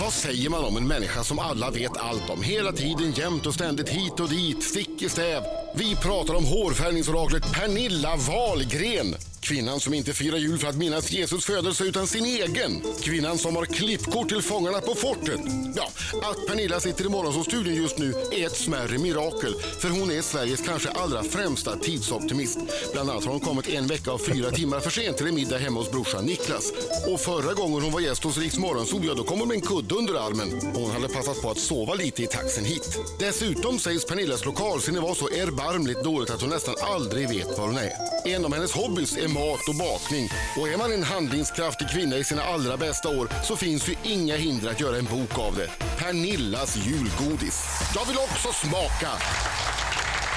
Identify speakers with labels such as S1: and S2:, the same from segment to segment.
S1: Vad säger man om en människa som alla vet allt om? Hela tiden, jämt och ständigt, hit och dit, stick i stäv. Vi pratar om hårfärgningsoraklet Pernilla Wahlgren. Kvinnan som inte firar jul för att minnas Jesus födelse utan sin egen. Kvinnan som har klippkort till Fångarna på fortet. Ja, att Pernilla sitter i Morgonsåstudion just nu är ett smärre mirakel. För hon är Sveriges kanske allra främsta tidsoptimist. Bland annat har hon kommit en vecka och fyra timmar för sent till en middag hemma hos brorsan Niklas. Och förra gången hon var gäst hos Riks Morgonzoo, ja då kom hon med en kudde under armen. Hon hade passat på att sova lite i taxin hit. Dessutom sägs Pernillas lokalsinne vara så erbarmligt dåligt att hon nästan aldrig vet var hon är. En av hennes hobbys är mat och bakning. Och är man en handlingskraftig kvinna i sina allra bästa år så finns ju inga hinder att göra en bok av det. Pernillas julgodis. Jag vill också smaka!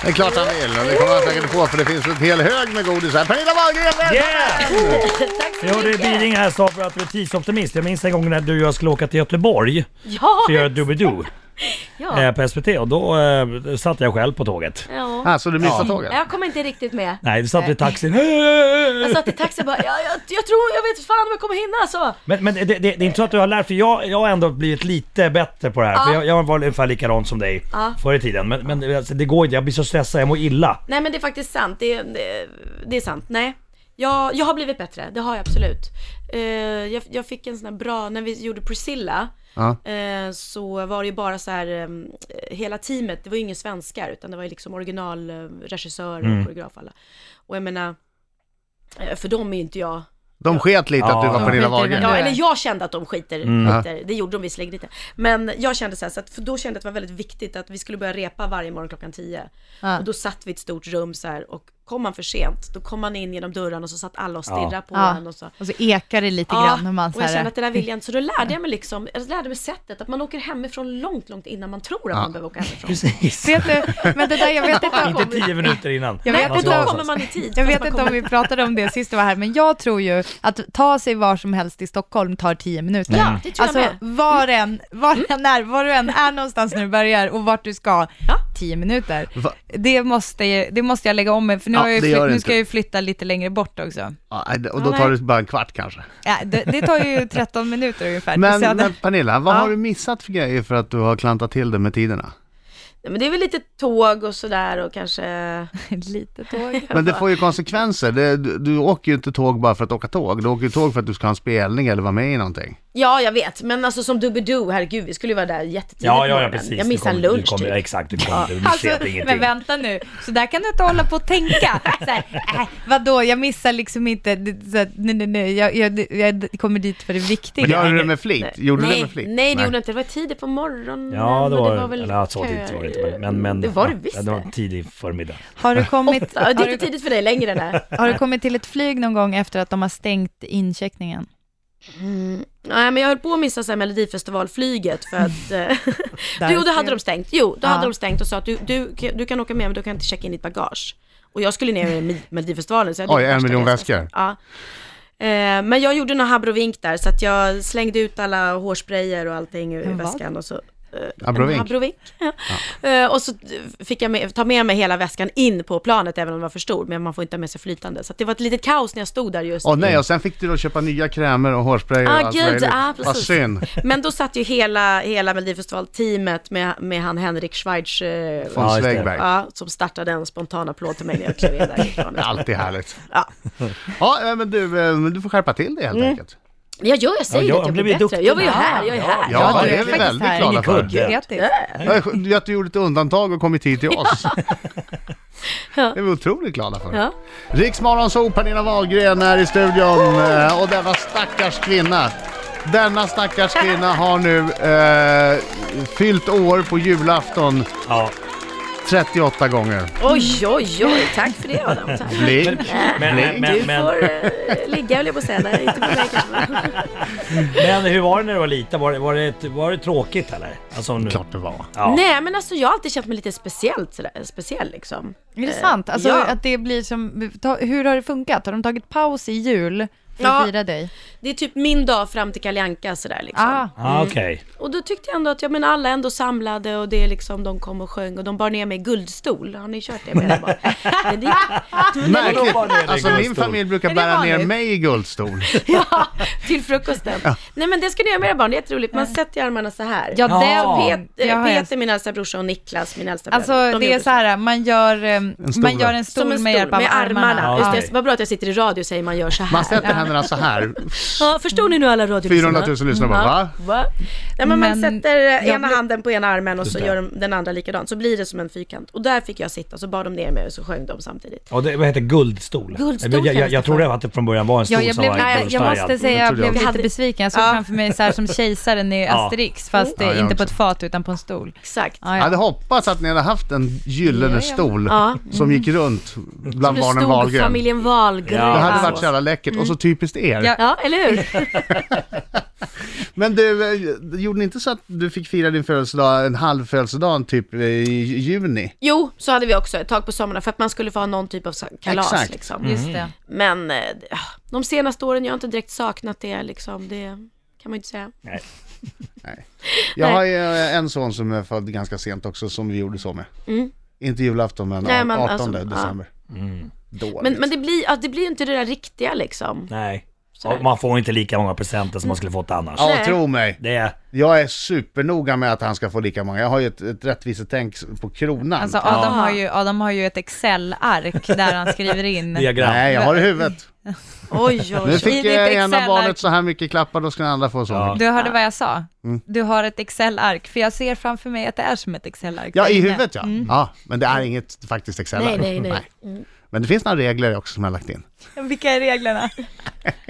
S2: Det är klart han vill och det kommer han säkert få för det finns en hel hög med godis här. Pernilla Wahlgren! välkommen!
S3: Yeah!
S4: Tack så
S3: Jo, det är
S4: mycket.
S3: Biding här sa för att du är tidsoptimist. Jag minns en gång när du och jag skulle åka till Göteborg
S4: Ja,
S3: för att göra Doobidoo
S4: ja.
S3: eh, på SVT och då eh, satt jag själv på tåget.
S4: ja.
S2: Ah, så du missade tåget?
S4: Jag kommer inte riktigt med.
S3: Nej, vi satt i taxin.
S4: Jag satt i taxi och bara, jag, jag, jag tror, jag vet fan om jag kommer hinna alltså.
S3: Men, men det, det, det är inte så att du har lärt för jag, jag har ändå blivit lite bättre på det här. För jag, jag var ungefär likadan som dig
S4: Ja.
S3: förr i tiden. Men, men alltså, det går inte, jag blir så stressad, jag mår illa.
S4: Nej men det är faktiskt sant, det, det, det är sant, nej. Jag, jag har blivit bättre, det har jag absolut. Eh, jag, jag fick en sån här bra, när vi gjorde Priscilla,
S2: Ja.
S4: eh, så var det ju bara så här, eh, hela teamet, det var ju ingen svenskar, utan det var ju liksom originalregissör och
S3: Mm.
S4: koreograf och alla. Och jag menar, eh, för dem är ju inte jag
S2: De sket lite att du
S3: Ja,
S2: var
S3: de
S2: Pernilla
S5: skiter i
S2: Wahlgren.
S5: vem
S4: Ja,
S5: det är. Mm.
S4: eller jag kände att de skiter, skiter. det gjorde de visserligen inte. Men jag kände så här, så att, för då kände jag att det var väldigt viktigt att vi skulle börja repa varje morgon klockan 10.
S5: Ja.
S4: Och då satt vi i ett stort rum så här och kom man för sent, då kom man in genom dörren och så satt alla och stirrade på
S5: Ja.
S4: en och så.
S5: Och så ekar det lite
S4: Ja,
S5: grann hur man
S4: och
S5: så
S4: jag
S5: här,
S4: kände att det där vill jag inte. Så då lärde jag mig liksom, jag lärde mig sättet att man åker hemifrån långt, långt innan man tror att man behöver åka hemifrån.
S3: Precis.
S5: Vet du, men det där, jag vet inte
S3: Inte
S5: om...
S3: tio minuter innan. Alltså,
S5: Jag
S4: Nej,
S5: vet
S3: Man
S4: för
S3: ska
S4: då
S5: inte
S3: vara
S5: om-
S4: kommer
S3: någonstans.
S4: man i tid.
S5: Alltså, Jag
S4: fast
S5: vet
S4: man
S5: inte om
S4: kommer-
S5: vi pratade om det sist du var här, men jag tror ju att ta sig var som helst i Stockholm tar 10 minuter.
S4: Ja, det tror jag Mm.
S5: alltså var, en, var, en är, var du än är någonstans när du börjar och vart du ska,
S4: Ja.
S5: 10 minuter.
S2: Va?
S5: Det måste, jag- det måste jag lägga om mig, för nu,
S2: Ja,
S5: har jag
S2: det
S5: ju
S2: gör
S5: flytt,
S2: det
S5: nu ska
S2: inte.
S5: jag ju flytta lite längre bort också.
S2: Ja, och då tar det bara en kvart kanske.
S5: Ja, det, det tar ju 13 minuter ungefär.
S2: Men,
S5: Så jag-
S2: men Pernilla, vad
S5: Ja.
S2: har du missat för grejer för att du har klantat till det med tiderna?
S4: Nej, men det är väl lite tåg och sådär och kanske...
S5: Lite tåg.
S2: Men det
S4: Alltså.
S2: får ju konsekvenser. Det, du, du åker ju inte tåg bara för att åka tåg. Du åker ju tåg för att du ska ha en spelning eller vara med i någonting.
S4: Ja, jag vet. Men alltså som Doobidoo, herregud, vi skulle ju vara där jättetidigt
S3: Ja,
S4: på
S3: ja, ja,
S4: morgonen.
S3: precis.
S4: Jag
S3: Du
S4: missade
S3: kommer-
S4: lunch
S3: du kommer,
S4: typ.
S3: Exakt, du kommer du
S5: Alltså,
S3: missade
S5: men
S3: ingenting.
S5: vänta nu, så där kan du inte hålla på och tänka. Så här, äh, vadå, jag missar liksom inte, Det- så här, nej nej nej, jag, jag, jag kommer dit för det viktiga.
S2: Men gör du det med flit? Gjorde du
S4: nej,
S2: det med flit?
S4: Nej, det gjorde jag inte. Det var tidigt på morgonen.
S3: Ja, det
S4: och
S3: var,
S4: det var väl
S3: eller, ja, så tidigt var det inte. men- Men, men,
S4: det var det
S3: ja,
S4: visst.
S3: Det var tidig förmiddag.
S5: Har du kommit,
S4: Ja, det
S5: har
S4: är
S5: du,
S4: inte tidigt för dig längre. Nej.
S5: har du kommit till ett flyg någon gång efter att de har stängt incheckningen?
S4: nej, men jag höll på att missa så här Melodifestivalflyget för att... eh,
S5: Där
S4: jo, då
S5: ser
S4: hade
S5: du.
S4: de stängt. Jo, då
S5: Ja.
S4: hade de stängt och sa att du, du, du kan åka med men du kan inte checka in ditt bagage. Och jag skulle ner i Mel- Melodifestivalen. Så jag hade
S2: Oj,
S4: gjort
S2: en
S4: värsta
S2: miljon
S4: resan.
S2: väskor.
S4: Ja. Eh, Men jag gjorde några habrovink där så att jag slängde ut alla hårsprayer och allting ur
S5: En vad?
S4: väskan och så eh,
S2: Abrovink.
S4: en Abrovink. Eh, Och så fick jag med, ta med mig hela väskan in på planet även om den var för stor men man får inte ha med sig flytande. Så att det var ett litet kaos när jag stod där just.
S2: Åh nej, och sen fick du då köpa nya krämer och hårspray och
S4: Mm. Ah,
S2: allt
S4: gud,
S2: möjligt.
S4: ah,
S2: Vad
S4: precis.
S2: synd.
S4: Men då satt ju hela, hela Melodifestival-teamet med, med han Henrik Schweiz eh,
S2: Von
S3: Ja, just det.
S2: Svedberg.
S4: ja, som startade en spontan applåd till mig när jag klev in därifrån.
S2: Det är alltid härligt.
S4: Ja.
S2: Ja, eh, men du, eh, men du får skärpa till det helt
S5: Mm.
S2: enkelt.
S4: Ja, jo, jag säger
S3: Ja, jag
S4: det att jag
S3: blev
S4: blir
S3: ju
S4: bättre. Jag var ju
S3: duktig.
S4: här, jag är här.
S2: Ja,
S5: du
S2: det
S5: är
S2: är vi
S5: faktiskt
S2: väldigt
S5: här.
S2: glada för.
S3: Ja.
S5: Grattis.
S2: Ja, sk- Att du gjorde ett undantag och kommit hit till oss. Det är vi otroligt glada för.
S4: Ja.
S2: Riksmorgonzoo, Pernilla Wahlgren är i studion eh, och denna stackars kvinna. Denna stackars kvinna har nu eh, fyllt år på julafton
S3: Ja.
S2: 38 gånger.
S4: Oj, oj, oj. Tack för det Adam. Tack.
S2: Blink.
S3: Men, men,
S4: Du
S3: men, men,
S4: får eh, ligga höll jag på att säga. Nej, inte på mig kanske.
S3: men hur var det när du var liten? Var det, var det, var det tråkigt eller? Alltså nu.
S2: Klart det var.
S3: Ja.
S4: Nej, men alltså jag har alltid känt mig lite speciellt, sådär, speciell liksom.
S5: Är det sant? Alltså
S4: ja.
S5: att det blir som, ta, hur har det funkat? Har de tagit paus i jul för att
S4: Ja.
S5: fira dig?
S4: Det är typ min dag fram till Kalle Anka sådär liksom.
S5: Ah,
S3: Ah, Okej.
S4: Och då tyckte jag ändå att, ja men alla ändå samlade och det är liksom, de kom och sjöng och de bar ner mig i guldstol. Har ni kört det med era barn? Men det,
S3: då
S2: Märkligt.
S3: var det en
S2: Alltså min
S3: guldstol.
S2: familj brukar
S5: Är det
S2: bära ner
S5: vanligt?
S2: mig i guldstol.
S4: ja, till frukosten. Nej men det ska ni göra med era barn, det är jätteroligt. Man sätter ju armarna så här.
S5: ja, det,
S3: Ja.
S5: Pet,
S4: Eh,
S5: jag har en-
S4: Peter, min äldsta brorsa och Niklas, min äldsta
S5: Alltså
S4: bror.
S5: det är så här, man gör, ehm,
S2: stol,
S5: man gör
S2: va?
S5: en stol med hjälp av armarna.
S3: Ja,
S4: Just det,
S3: okej.
S4: vad bra att jag sitter i radio och säger man gör så här.
S2: Man sätter händerna så här.
S4: Ja, förstår ni nu alla radiolyssnare?
S2: 400 000 lyssnare bara, va?
S4: Va? Nej, men man
S5: Men
S4: sätter eh,
S5: jag
S4: ena
S5: blir-
S4: handen på ena armen och så
S3: det.
S4: gör de- den andra likadant. Så blir det som en fyrkant. Och där fick jag sitta, så bar de ner mig och så sjöng de samtidigt.
S3: Och det, vad heter guldstol?
S4: Guldstol
S3: jag, jag, jag,
S4: kallas det
S3: jag
S4: för.
S3: trodde att det från början var en stol
S5: Ja, jag,
S3: som
S5: blev,
S3: var
S5: nej, jag
S3: guldfärgad.
S5: måste säga jag
S2: trodde jag
S5: blev
S4: också.
S5: lite besviken. Jag såg framför mig så här som kejsaren i
S3: Ja.
S5: Asterix, fast eh,
S2: Ja, jag
S5: inte på
S2: också.
S5: ett fat utan på en stol.
S4: Exakt.
S5: Ja,
S2: Jag
S5: ja.
S2: hade hoppats att ni hade haft en gyllene
S5: Ja, ja.
S2: stol
S4: Ja. Mm.
S2: som gick runt bland
S4: Det
S2: barnen
S4: stod
S2: Wahlgren.
S4: familjen Wahlgren.
S3: Ja.
S2: Det hade
S4: Ja.
S2: varit så jävla läckert och så typiskt er.
S5: Ja.
S4: Ja, eller hur?
S2: Men du, eh, gjorde ni inte så att du fick fira din födelsedag, en halv födelsedag typ eh, i juni?
S4: Jo, så hade vi också ett tag på somrarna för att man skulle få ha någon typ av sa- kalas.
S2: Exakt.
S4: Liksom.
S2: Mm.
S5: Just det.
S4: Men eh, det- ah, de senaste åren, jag har inte direkt saknat det liksom. Det kan man ju inte säga.
S2: Jag
S4: Nej.
S2: har ju eh, en son som är född ganska sent också som vi gjorde så med. Inte julafton men,
S4: Mm. Nej, men
S2: 18
S4: alltså, ja.
S2: december. Dåligt.
S4: Men, men det blir ju ja, det blir ju inte det där riktiga liksom.
S3: Nej.
S4: Sådär.
S3: Man får inte lika många presenter som man skulle fått annars.
S2: Ja,
S4: Nej.
S2: tro mig.
S3: Det är...
S2: Jag är supernoga med att han ska få lika många. Jag har ju ett, ett rättvisetänk på kronan.
S5: Alltså Adam,
S4: Ja.
S5: har ju, Adam har ju ett Excel-ark där han skriver in.
S3: Diagram.
S2: Nej, jag har det i huvudet.
S4: Oj, oj,
S2: Nu
S4: oj.
S2: fick
S5: I
S2: jag
S5: ditt
S2: ena
S5: Excel-ark.
S2: barnet så här mycket klappar, då ska den andra få så
S3: Ja.
S2: mycket.
S5: Du hörde vad jag sa?
S2: Mm.
S5: Du har ett Excel-ark, för jag ser framför mig att det är som ett Excel-ark.
S2: Ja,
S5: där
S2: i
S5: inne.
S2: huvudet ja. ja. Men det är inget faktiskt excel
S4: Nej, Mm. nej, nej.
S2: Men det finns några regler också som jag har lagt in.
S5: Vilka är reglerna?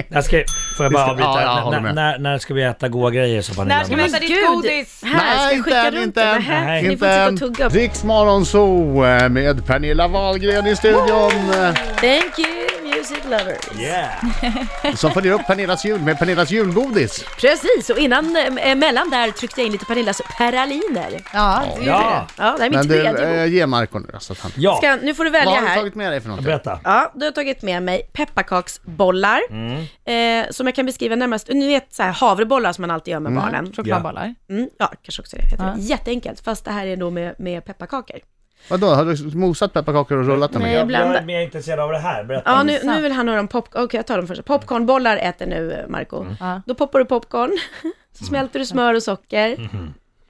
S3: Jag ska, får jag bara
S2: Visst,
S3: avbryta?
S2: ja, jag
S3: N-
S2: håller
S3: n-
S2: med.
S3: när, när ska vi äta goda grejer så Pernilla?
S5: När ska vi
S3: menar?
S5: äta ditt godis?
S4: Här, ska jag skicka runt det? Nähä,
S3: Nej.
S4: Ni får sitta och tugga.
S2: Riksmorgon Zoo eh, med Pernilla Wahlgren i studion. eh,
S4: Thank you, music lovers.
S3: Yeah!
S2: Som följer upp Pernillas jul med Pernillas julgodis.
S4: Precis, och innan, eh, mellan där tryckte jag in lite Pernillas peraliner.
S5: Ja, det är ju
S3: Ja!
S4: Ja, det här är
S2: Men
S4: min
S2: du,
S4: tredje
S2: eh,
S4: bok.
S2: ge Marco nu då, så att han...
S3: Ja!
S4: Ska, nu får du välja
S2: Vad har du
S4: här.
S2: tagit med dig för någonting?
S3: Berätta.
S4: Ja, då har jag tagit med mig pepparkaksbollar, eh, som jag kan beskriva närmast, ni vet så här havrebollar som man alltid gör med barnen.
S5: det. Chokladbollar.
S4: Mm, ja, kanske också det heter. det. Jätteenkelt, fast det här är då med, med pepparkakor.
S2: Vadå, har du mosat pepparkakor och rullat dem?
S4: Nej,
S2: igen?
S3: Jag, jag
S4: blanda-
S3: är mer intresserad av det här. Berätta.
S4: Ja, nu, nu vill han höra om pop... Okej, jag tar dem först. Popcornbollar äter nu eh, Marco.
S5: Ja.
S4: Då poppar du popcorn, så smälter du smör och socker,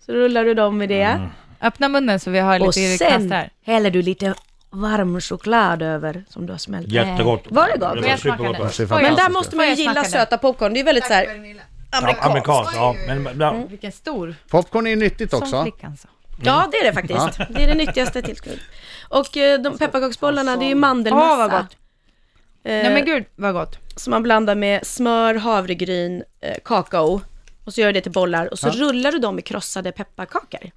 S4: så rullar du dem i det.
S5: Öppna munnen så vi har
S4: Och
S5: lite
S4: sen
S5: kastar.
S4: häller du lite varm choklad över som du har smält.
S3: Jättegott.
S4: Var det gott?
S3: Det
S4: Får
S3: Eh, var
S5: jag smaka
S3: supergott.
S5: nu?
S2: Det ser
S5: Oj,
S4: Men
S2: fantastiskt
S4: där
S2: ut.
S4: måste man ju
S5: Får jag
S4: gilla
S5: smaka den?
S4: söta popcorn. Det är väldigt så här
S3: Ja,
S4: amerikanskt.
S3: Amerikanskt, ja. Men ibland-
S5: Vilken stor.
S2: Popcorn är ju nyttigt
S5: Som
S2: också.
S5: flickan sa.
S4: Ja, det är det faktiskt. Det är det nyttigaste tillskottet. Och eh, de pepparkaksbollarna, det är ju mandelmassa.
S5: Åh, vad gott. Nej men gud vad gott.
S4: som man blandar med smör, havregryn, eh, kakao och så gör du det till bollar och så rullar du dem i krossade pepparkakor.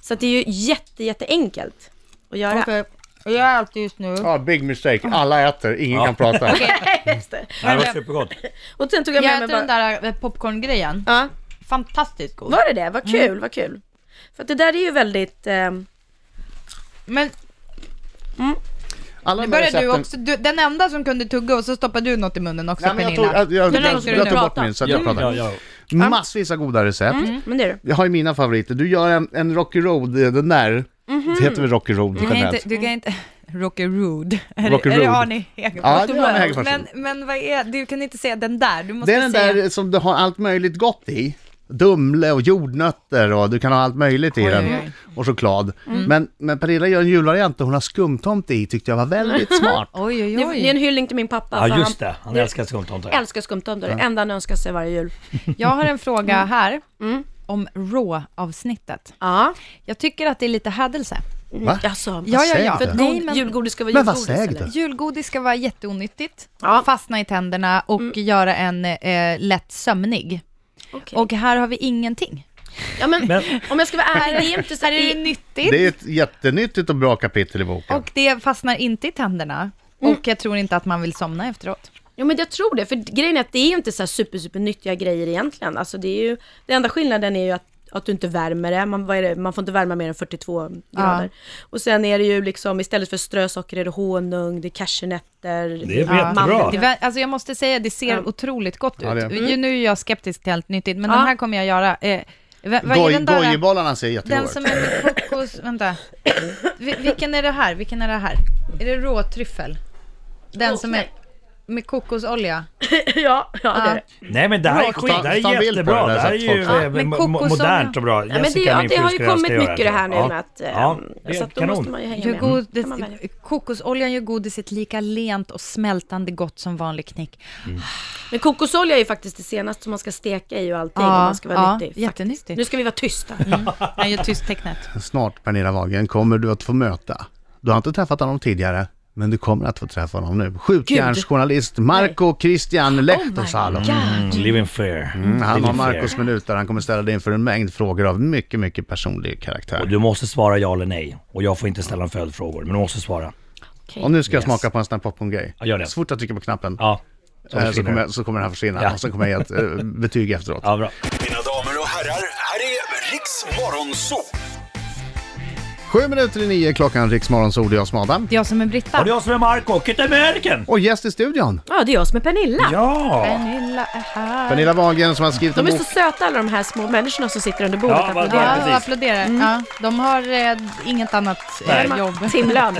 S4: Så att det är ju jätte, jätteenkelt att göra.
S5: Jag gör allt just nu.
S2: Ja, big mistake. Alla äter, ingen kan prata.
S4: Just det.
S3: Ja, Det var supergott.
S4: Och sen tog jag
S5: Jag
S4: med
S5: äter
S4: mig
S5: den
S4: bara...
S5: där eh, popcorngrejen.
S4: Ja,
S5: Fantastiskt god.
S4: var det det? Vad kul, vad kul. För att det där är ju väldigt... ehm,
S5: Men
S2: Alla
S5: nu
S2: de
S5: börjar
S2: recepten-
S5: du också, du, den enda som kunde tugga och så stoppade du något i munnen också
S2: Nej, men jag tog,
S5: Pernilla.
S2: jag, jag,
S5: Men
S2: jag,
S5: nu ska
S2: jag
S5: du
S2: tog bort
S5: prata. Mm.
S2: min så att jag
S3: Mm. Ja,
S2: pratar.
S3: ja.
S2: Massvis av goda recept.
S4: Men det är du.
S2: Jag har ju mina favoriter. Du gör en, en Rocky Road, eh, den där. Det heter väl Rocky Road
S5: Du kan
S2: generellt?
S5: Mhm. Mm, inte, du kan inte, Rocky Road. Är,
S2: Mm. Rocky
S5: det- är det
S2: Road.
S5: Arne Hegerfors?
S2: Ja, det är Arne Hegerfors.
S5: Men, men vad är, du kan inte säga den där, du måste
S2: Det är den
S5: säga.
S2: där som du har allt möjligt gott i. Dumle och jordnötter och du kan ha allt möjligt i
S5: Oj,
S2: den.
S5: oj, oj. Mm.
S2: Och choklad. Men, men Pernilla gör en julvariant och hon har skumtomte i, tyckte jag var
S5: Mm.
S2: väldigt smart.
S5: Oj, oj,
S4: Det är, det är en
S5: oj.
S4: hyllning till min pappa.
S3: Ja,
S4: för
S3: just
S4: han
S3: det. Han älskar skumtomtar.
S4: älskar skumtomtar. Det enda han önskar sig varje jul.
S5: Jag har en fråga här om Raw-avsnittet.
S4: Ja.
S5: Jag tycker att det är lite hädelse.
S2: Va?
S4: Alltså,
S5: Ja, ja,
S2: säger
S5: ja.
S2: du?
S4: För att
S5: Nej,
S4: god,
S5: men-
S4: julgodis ska vara
S2: Men vad
S4: julgodis.
S2: säger
S4: eller?
S2: du?
S5: Julgodis ska vara jätteonyttigt,
S4: Ja.
S5: fastna i tänderna och göra en eh, lätt sömnig.
S4: Okej.
S5: Och här har vi ingenting.
S4: Ja, men,
S3: Men-
S4: om jag ska vara ärlig, det är inte så
S5: Här är det nyttigt
S2: Det är ett jättenyttigt och bra kapitel i boken.
S5: och det fastnar inte i tänderna. Och jag tror inte att man vill somna efteråt.
S4: Ja men jag tror det, för grejen är att det är ju inte så här super, super nyttiga grejer egentligen. Alltså det är ju, den enda skillnaden är ju att att du inte värmer det. Man, vad är det. man får inte värma mer än 42 grader. Och sen är det ju liksom, istället för strösocker är det honung, det är cashewnötter.
S3: Det är jättebra.
S5: Det var, alltså jag måste säga, det ser otroligt gott ut.
S2: Ja, det är.
S5: Ju- Nu är jag skeptisk till allt nyttigt, men
S4: Ja.
S5: den här kommer jag göra. Eh, va- vad är
S2: Goj,
S5: den där?
S2: Gojibollarna ser jättegoda
S5: Den
S2: ut.
S5: som är med kokos, vänta. Vi- vilken är det här? Vilken är det här? Är det råtryffel? Den som är med kokosolja?
S4: ja, ja, det är det.
S3: Nej men det här är
S2: Bra,
S3: skit, det här
S2: ta- ta en
S3: är
S2: bild på
S3: jättebra.
S2: den där
S3: Det här är
S2: så att
S3: ju
S2: folk-
S3: eh,
S5: Ja, men
S3: mo-
S5: kokos-
S3: modernt och bra.
S4: Ja, men det,
S3: Jessica,
S4: ja,
S3: min
S4: det har
S3: fru,
S4: ju
S3: ska jag
S4: kommit
S3: göra
S4: mycket det här nu
S3: Ja.
S4: med att... eh,
S3: Ja, det
S4: så
S3: är
S4: att då måste
S3: kanon.
S4: man ju hänga
S5: Gör
S4: med.
S5: god,
S4: Kan man välja.
S5: kokosoljan gör godiset lika lent och smältande gott som vanlig knäck.
S4: Men kokosolja är ju faktiskt det senaste som man ska steka i och allting.
S5: Ja,
S4: om man ska vara
S5: ja,
S4: nyttig. faktiskt.
S5: jättenyttigt. Mm.
S4: Nu ska vi vara tysta.
S5: Han gör tysttecknet.
S2: Snart, Pernilla Wahlgren, kommer du att få möta. Du har inte träffat honom tidigare, men du kommer att få träffa honom nu. Skjutjärnsjournalist Marco
S4: Oh
S2: Christian Lehtosalo.
S3: Mm, living fair.
S2: Mm, han har
S3: Living fair.
S2: Marcos minuter, han kommer ställa dig inför en mängd frågor av mycket, mycket personlig
S3: Och
S2: karaktär.
S3: du måste svara ja eller nej. Och jag får inte ställa en följdfrågor, men du måste svara.
S2: Och nu ska jag
S3: Yes.
S2: smaka på en sån här popcorn-grej.
S3: Ja, gör det.
S2: Så fort jag trycker på knappen
S3: Ja. Så
S2: eh, så,
S3: försvinner
S2: kommer
S3: det.
S2: jag, så kommer den här försvinna
S3: Ja.
S2: och så kommer jag ge ett eh, betyg efteråt.
S3: Ja, bra.
S6: Mina damer och herrar, här är Riks Morgonzoo!
S2: Sju minuter i nio klockan, Riksmorgon, så det är jag som är Adam.
S5: Det är jag som är Britta.
S3: Och det är jag som är Marco, Kittemärken!
S2: Och gäst i studion,
S4: Ja, det är jag som är Pernilla.
S3: Ja!
S5: Pernilla är här.
S2: Pernilla Wahlgren som har skrivit en
S4: De är
S2: bok.
S4: så söta alla de här små människorna som sitter under bordet
S3: Ja,
S4: och
S3: vad-
S4: applåderar.
S5: Ja, och
S3: precis.
S5: applåderar. Ja, de har eh, inget annat
S3: Nej.
S5: eh, jobb.
S4: Timlön.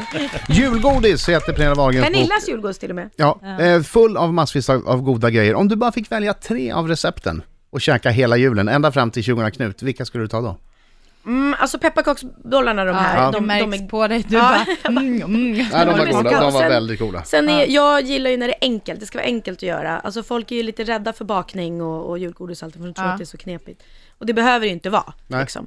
S2: Julgodis heter Pernilla Wahlgrens bok.
S4: Pernillas julgodis till och med.
S2: Ja, eh, full av massvis av, av goda grejer. Om du bara fick välja tre av recepten och käka hela julen, ända fram till 20 Knut, vilka skulle du ta då?
S4: Mm, alltså pepparkaksbollarna de här.
S5: Ja,
S4: de,
S5: det
S4: de,
S5: märks
S4: är...
S5: på dig. Du
S4: Ja.
S5: bara... Mm, mm.
S2: Nej, de
S4: de
S2: var
S4: är så
S2: goda.
S4: goda.
S2: De var
S4: Sen-
S2: väldigt goda.
S4: Sen är, jag gillar ju när det är enkelt, det ska vara enkelt att göra. Alltså folk är ju lite rädda för bakning och, och julgodis och allt, för de tror
S5: Ja.
S4: att det är så knepigt. Och det behöver det ju inte vara.
S2: Nej.
S4: Liksom.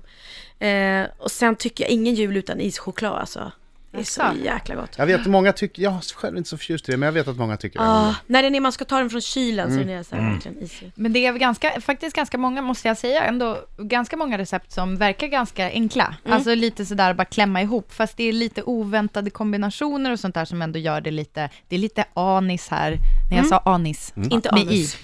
S4: Eh, och sen tycker jag ingen jul utan ischoklad alltså. Det är så
S5: Jaså?
S4: jäkla gott.
S2: Jag vet att många tycker, jag är själv inte så förtjust i det, men jag vet att många tycker det.
S4: Ah, när den är, man ska ta den från kylen så
S2: Mm.
S4: den är
S5: Mm.
S4: så här, verkligen isig.
S5: Men det är väl ganska, faktiskt ganska många, måste jag säga, ändå ganska många recept som verkar ganska enkla. Alltså lite sådär bara klämma ihop, fast det är lite oväntade kombinationer och sånt där som ändå gör det lite, det är lite anis här, när jag sa anis,
S4: Inte
S5: med
S4: anus.
S5: i.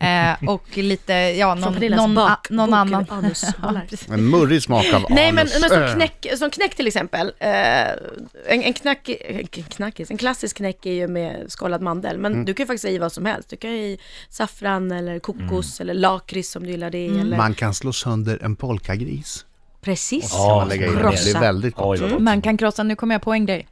S5: Eh, och lite, ja,
S4: Från
S5: någon,
S4: Pernillas
S5: någon, a,
S4: bak-
S5: någon
S4: bok
S5: annan.
S4: eller anusbollar.
S5: Ja, precis.
S2: En murrig smak av
S4: Nej men,
S2: anus.
S4: men som,
S2: Äh.
S4: knäck, som knäck till exempel, eh, en, en, knack, en, knackis, en klassisk knäck är ju med skalad mandel, men
S2: Mm.
S4: du kan ju faktiskt ha i vad som helst. Du kan ha i saffran eller kokos
S2: Mm.
S4: eller lakrits om du gillar det. Eller...
S2: Man kan slå sönder en polkagris. Alltså,
S4: Precis.
S2: Kan
S3: Ja,
S2: man lägga i. den.
S4: krossa.
S2: Det är väldigt gott.
S3: Oj, vad gott.
S5: Man kan krossa, nu kommer jag på en grej,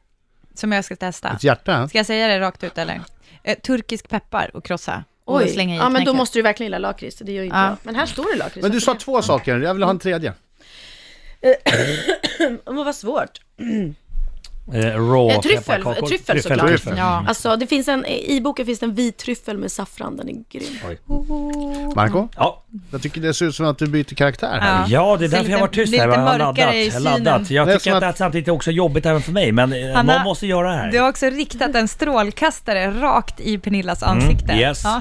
S5: som jag ska testa.
S2: Ett hjärta?
S5: Ska jag säga det rakt ut eller? Eh, turkisk peppar och krossa. Och
S4: Oj,
S5: slänga i
S4: ja men då
S5: knäcket.
S4: måste du verkligen gilla lakrits, och det gör ju inte
S5: Ja.
S4: jag. Men här står det lakrits.
S2: Men du sa
S4: varför
S2: två saker, jag vill ha en tredje.
S4: det? Åh, vad svårt.
S3: Eh, Rå
S4: Eh, tryffel,
S3: pepparkakor.
S4: eh, tryffel såklart.
S2: Tryffel.
S5: Ja.
S4: Alltså det finns en, i boken finns det en vit tryffel med saffran, den är grym.
S2: Marco,
S3: Ja.
S2: jag tycker det ser ut som att du byter karaktär här.
S5: Ja.
S3: ja, det är
S5: Så
S3: därför jag
S5: lite-
S3: var tyst
S5: lite
S3: här. Jag har
S5: mörkare
S3: laddat.
S5: i
S3: Jag har laddat.
S5: synen.
S3: Jag
S2: Det är
S3: tycker
S2: som
S3: att det här samtidigt är också jobbigt även för mig, men eh,
S5: Hanna,
S3: någon måste göra det
S5: Du
S3: här.
S5: har också riktat en strålkastare rakt i Pernillas
S2: Mm,
S5: ansikte.
S3: yes.
S5: Ja.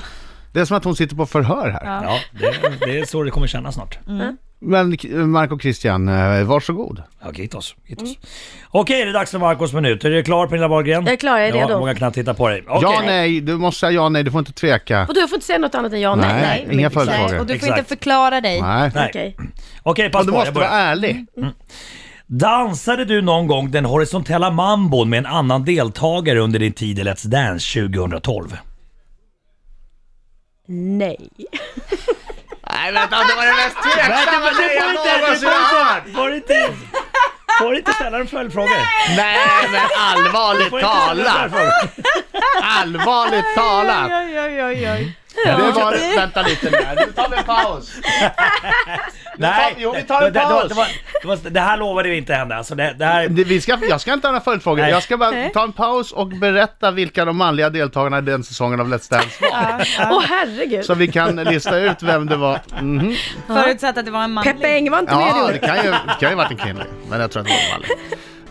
S2: Det är som att hon sitter på förhör här.
S3: Ja, det, det är så det kommer kännas snart.
S5: Mm.
S2: Men eh, Marco Christian, eh, varsågod.
S3: Ja, Gitos. Gitos.
S5: Mm.
S3: Okej, det är dags för Marcos minut. Är du klar Pernilla Wahlgren?
S4: Jag är klar, jag är
S3: ja,
S4: redo.
S3: Många knappt titta på dig. Okej.
S2: Ja, nej, du måste säga ja, nej, du får inte tveka.
S4: Och du får inte säga något annat än ja, nej.
S2: Nej,
S4: nej.
S2: inga
S4: men-
S2: följdfrågor.
S5: Nej, och du får
S3: Exakt.
S5: inte förklara dig.
S2: Nej.
S3: Nej.
S4: Okej.
S3: Okej, pass
S2: Och du
S3: på.
S2: måste
S3: Jag börjar.
S2: vara ärlig.
S3: Dansade du någon gång den horisontella mambon med en annan deltagare under din tid i Let's Dance 2012?
S4: Nej.
S2: Nej, vänta, det var det mest tveksamma grejen någonsin hört!
S3: Får inte, får inte ställa en följdfråga.
S2: Nej, men allvarligt talat! Allvarligt talat!
S5: Oj, oj, oj,
S2: Mm.
S5: oj.
S2: Det var, vänta lite nu, nu tar vi en paus.
S3: Nej,
S2: Jo, vi tar en
S3: det, det, var-
S2: paus.
S3: det, var, det, var, det här lovade vi inte hända. Alltså det, det här,
S2: Det- Vi ska, jag ska inte ha några följdfrågor,
S3: Nej.
S2: jag ska bara ta en paus och berätta vilka de manliga deltagarna i den säsongen av Let's Dance var.
S4: Åh herregud.
S2: Så vi kan lista ut vem det var. Mhm.
S5: Förutsatt att det var en man.
S4: Peppe Eng var inte med i
S2: Ja,
S4: år.
S2: det kan ju, det kan ju varit en kvinnlig, men jag tror att det var en manlig.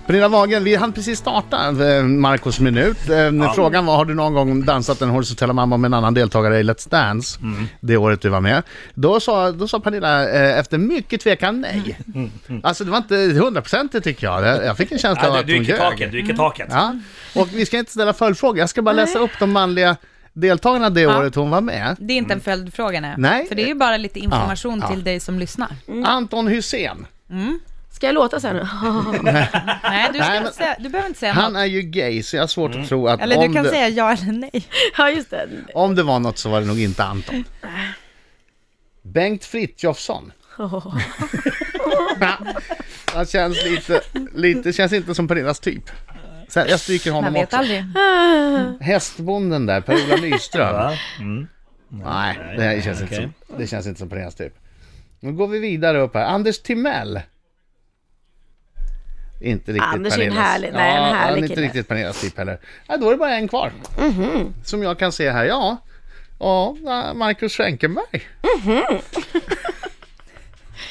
S2: Pernilla Wagen, vi hann precis starta eh, Marcos minut. Eh, Frågan var, har du någon gång dansat en horisontella mamma med en annan deltagare i Let's Dance?
S5: Mm.
S2: Det året du var med. Då sa, då sa Pernilla eh, efter mycket tvekan nej.
S5: Mm,
S2: Alltså det var inte hundraprocentigt tycker jag. Jag- Jag fick en känsla av
S3: nej,
S2: att
S3: du, du
S2: hon
S3: gick i
S2: ljög. Mm.
S3: taket. Du gick i taket.
S2: Ja. Och vi ska inte ställa följdfrågor, jag ska bara läsa upp de manliga deltagarna det
S5: Ja.
S2: året hon var med.
S5: Det är inte en följdfråga nej.
S2: Mm. Nej.
S5: För det är ju bara lite information
S2: Ja, ja.
S5: till dig som lyssnar.
S4: Mm.
S2: Anton Hussein,
S4: Ska jag låta så här nu?
S5: Nej, du, ska
S2: Nej, men-
S5: inte säga, du behöver inte säga
S2: han
S5: något.
S2: är ju gay så jag har svårt att tro att
S5: Mm. Eller
S2: om,
S5: du kan
S2: det,
S5: säga ja eller nej.
S4: ja, just det.
S2: om det var något så var det nog inte Anton. Bengt Frithiofsson. Han känns lite, lite, känns inte som Pernillas typ. Så här, jag stryker
S5: Man
S2: honom
S5: vet
S2: också.
S5: aldrig.
S2: Hästbonden där, Per-Ola Nyström.
S3: Va? Mm.
S2: Nej, det här känns, inte
S3: okej.
S2: som, det känns inte som Pernillas typ. Nu går vi vidare upp här. Anders Timell. Inte riktigt
S4: Anders är en
S2: Pernillas.
S4: härlig- nej, en
S2: Ja,
S4: härlig
S2: han är inte
S4: kille. Mhm.
S2: riktigt Pernillas typ heller. Ja, då är det bara en kvar. Som jag kan se här, ja. Ja, Marcus Schenkenberg.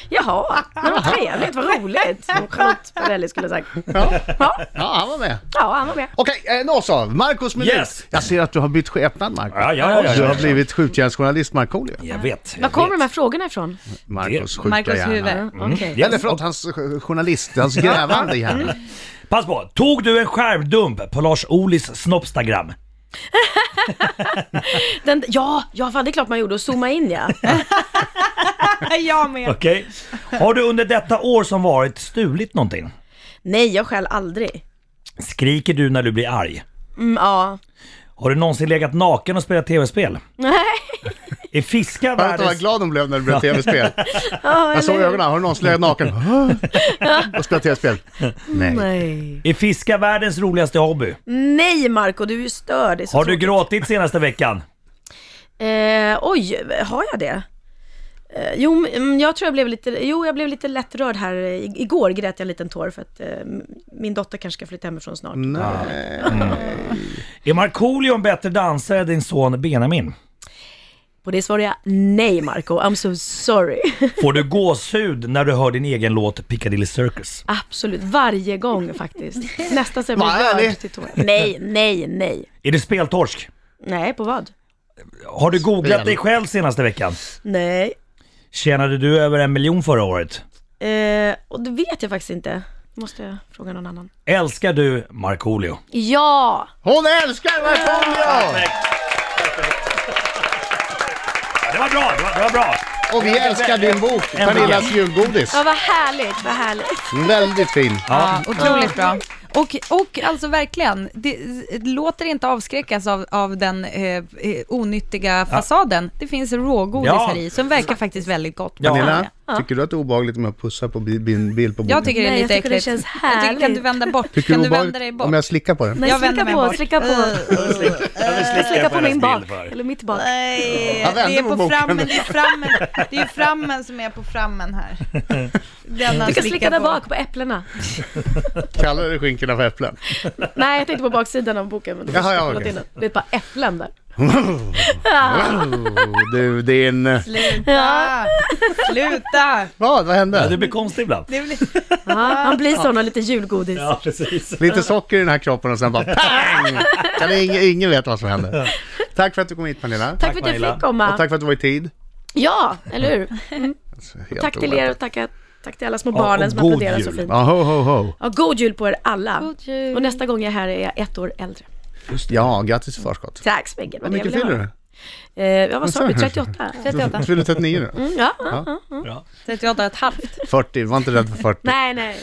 S4: Jaha, men vad trevligt, vad roligt. Som Charlotte Perrelli skulle ha sagt.
S2: Ja.
S4: Ja,
S2: ja, han var med.
S4: ja han var med.
S2: Okej, eh, då så. Marcos minut.
S3: Yes.
S2: Jag ser att du har bytt skepnad, Marcos.
S3: Ja, ja, ja, ja,
S2: Du har
S3: ja.
S2: blivit skjutjärnsjournalist, Markoolio.
S3: Jag vet. Jag
S4: Var kommer
S3: vet.
S4: de här frågorna ifrån?
S2: Marcos sjuka
S5: Marcos
S2: hjärna.
S5: huvud.
S4: Mm. Okej.
S3: Ja.
S2: Eller förlåt, hans eh, journalist, hans grävande
S5: Mm.
S2: hjärna.
S3: Pass på! Tog du en skärmdump på Lars Olis snoppstagram?
S4: Den, ja, ja fan, det är klart man gjorde. Och zooma in ja.
S5: Jag med.
S3: Okej. Har du under detta år som varit stulit någonting?
S4: Nej, jag skäl aldrig.
S3: Skriker du när du blir arg?
S4: Mm, ja.
S3: Har du någonsin legat naken och spelat tv-spel? Nej. Är fiskar
S2: Fan inte vad
S3: världens...
S2: glad hon blev när det blev tv-spel.
S4: ja
S2: Jag såg i
S4: eller-
S2: ögonen, har du någonsin legat naken? Och spelat tv-spel? Nej.
S4: Nej.
S3: Är fiska världens roligaste hobby?
S4: Nej Marco, du är ju störd. Det är så
S3: Har du
S4: tråkigt.
S3: gråtit senaste veckan?
S4: Eh, oj, har jag det? Eh, jo, men, mm, jag tror jag blev lite, jo, jag blev lite lättrörd här. I, igår grät jag en liten tår för att eh, m- min dotter kanske ska flytta hemifrån snart.
S2: Nej.
S3: Är Markoolio en bättre dansare än din son Benjamin?
S4: På det svarar jag nej Marco, I'm so sorry.
S3: Får du gåshud när du hör din egen låt Piccadilly Circus?
S4: Absolut, varje gång faktiskt. Nästan så jag
S2: Vad
S4: blir rörd
S2: ärlig.
S4: till tårar. Nej, nej, nej.
S3: Är du speltorsk?
S4: Nej, på vad?
S3: Har du googlat dig själv senaste veckan?
S4: Nej.
S3: Tjänade du över en miljon förra året?
S4: Eh, och det vet jag faktiskt inte. Måste jag fråga någon annan.
S3: Älskar du Markoolio?
S4: Ja!
S2: Hon älskar Markoolio!
S3: Det var bra, det var, det var bra!
S2: Och vi älskar din bok, Pernillas julgodis.
S4: Ja, vad härligt, vad härligt.
S2: Väldigt fin.
S5: Ja, otroligt bra. Och, och alltså verkligen, det, låt er inte avskräckas av, av den eh, eh, onyttiga fasaden. Det finns rågodis
S3: Ja.
S5: här i som verkar faktiskt väldigt gott.
S3: Ja.
S2: Pernilla, tycker du att det är obehagligt om jag pussar på bi- din bil på
S5: Jag
S2: bordet?
S5: tycker det är
S4: Nej, jag
S5: lite
S4: tycker det
S5: äckligt.
S4: känns
S5: jag tycker, kan du
S4: härligt.
S5: vända bort?
S2: Tycker
S5: kan
S2: det
S5: du
S2: är
S5: vända dig
S2: obehagligt
S5: bort?
S2: Om jag slickar på den?
S4: Nej,
S5: Jag
S4: slicka
S5: vänder mig
S4: på,
S5: bort.
S4: slicka på. Eh, Slicka på min bak, eller mitt bak.
S5: Nej,
S2: Jag vänder
S5: det är
S2: på
S5: på
S2: boken.
S5: frammen, det är frammen, det är frammen som är på frammen här. Den har
S4: Du kan slicka
S5: slickat
S4: där
S5: på.
S4: bak på äpplena.
S2: Kallar du skinkorna för äpplen?
S4: Nej, jag tänkte på baksidan av boken. Men du
S2: Jaha, ja,
S4: förstår
S2: okej.
S4: latin. Det är ett par äpplen där.
S2: Oh, du, din...
S5: Sluta! Sluta!
S2: Vad? Vad
S3: Ja, du
S2: hände?
S3: blir konstig ibland.
S5: Det blir...
S4: Ja, han blir sån och lite julgodis.
S3: Ja, precis.
S2: Lite socker i den här kroppen och sen bara pang! Kan ingen, ingen vet vad som hände. Tack för att du kom hit Pernilla.
S4: Tack för att jag
S3: Maila.
S4: fick komma.
S2: Och tack för att du var i tid.
S4: Ja, eller hur?
S2: Helt
S4: Tack till er och tacka, tack till alla små
S3: Ja,
S4: barnen
S3: och
S4: som
S3: god
S4: applåderar så
S3: jul.
S4: fint.
S2: Ja, ho, ho, ho.
S4: Ja, god jul på er alla.
S5: God jul.
S4: Och nästa gång jag är här är jag ett år äldre.
S2: Ja, grattis i förskott.
S4: Tack så mycket.
S2: Hur
S4: vad
S2: mycket
S4: trevlig jag
S2: fyller
S4: var.
S2: du?
S4: Eh, ja, vad sa du? 38?
S2: Du fyller 39 nu.
S4: Mm, ja.
S3: Bra.
S5: 38 och ett halvt.
S2: 40, var inte rädd för 40.
S4: Nej, nej.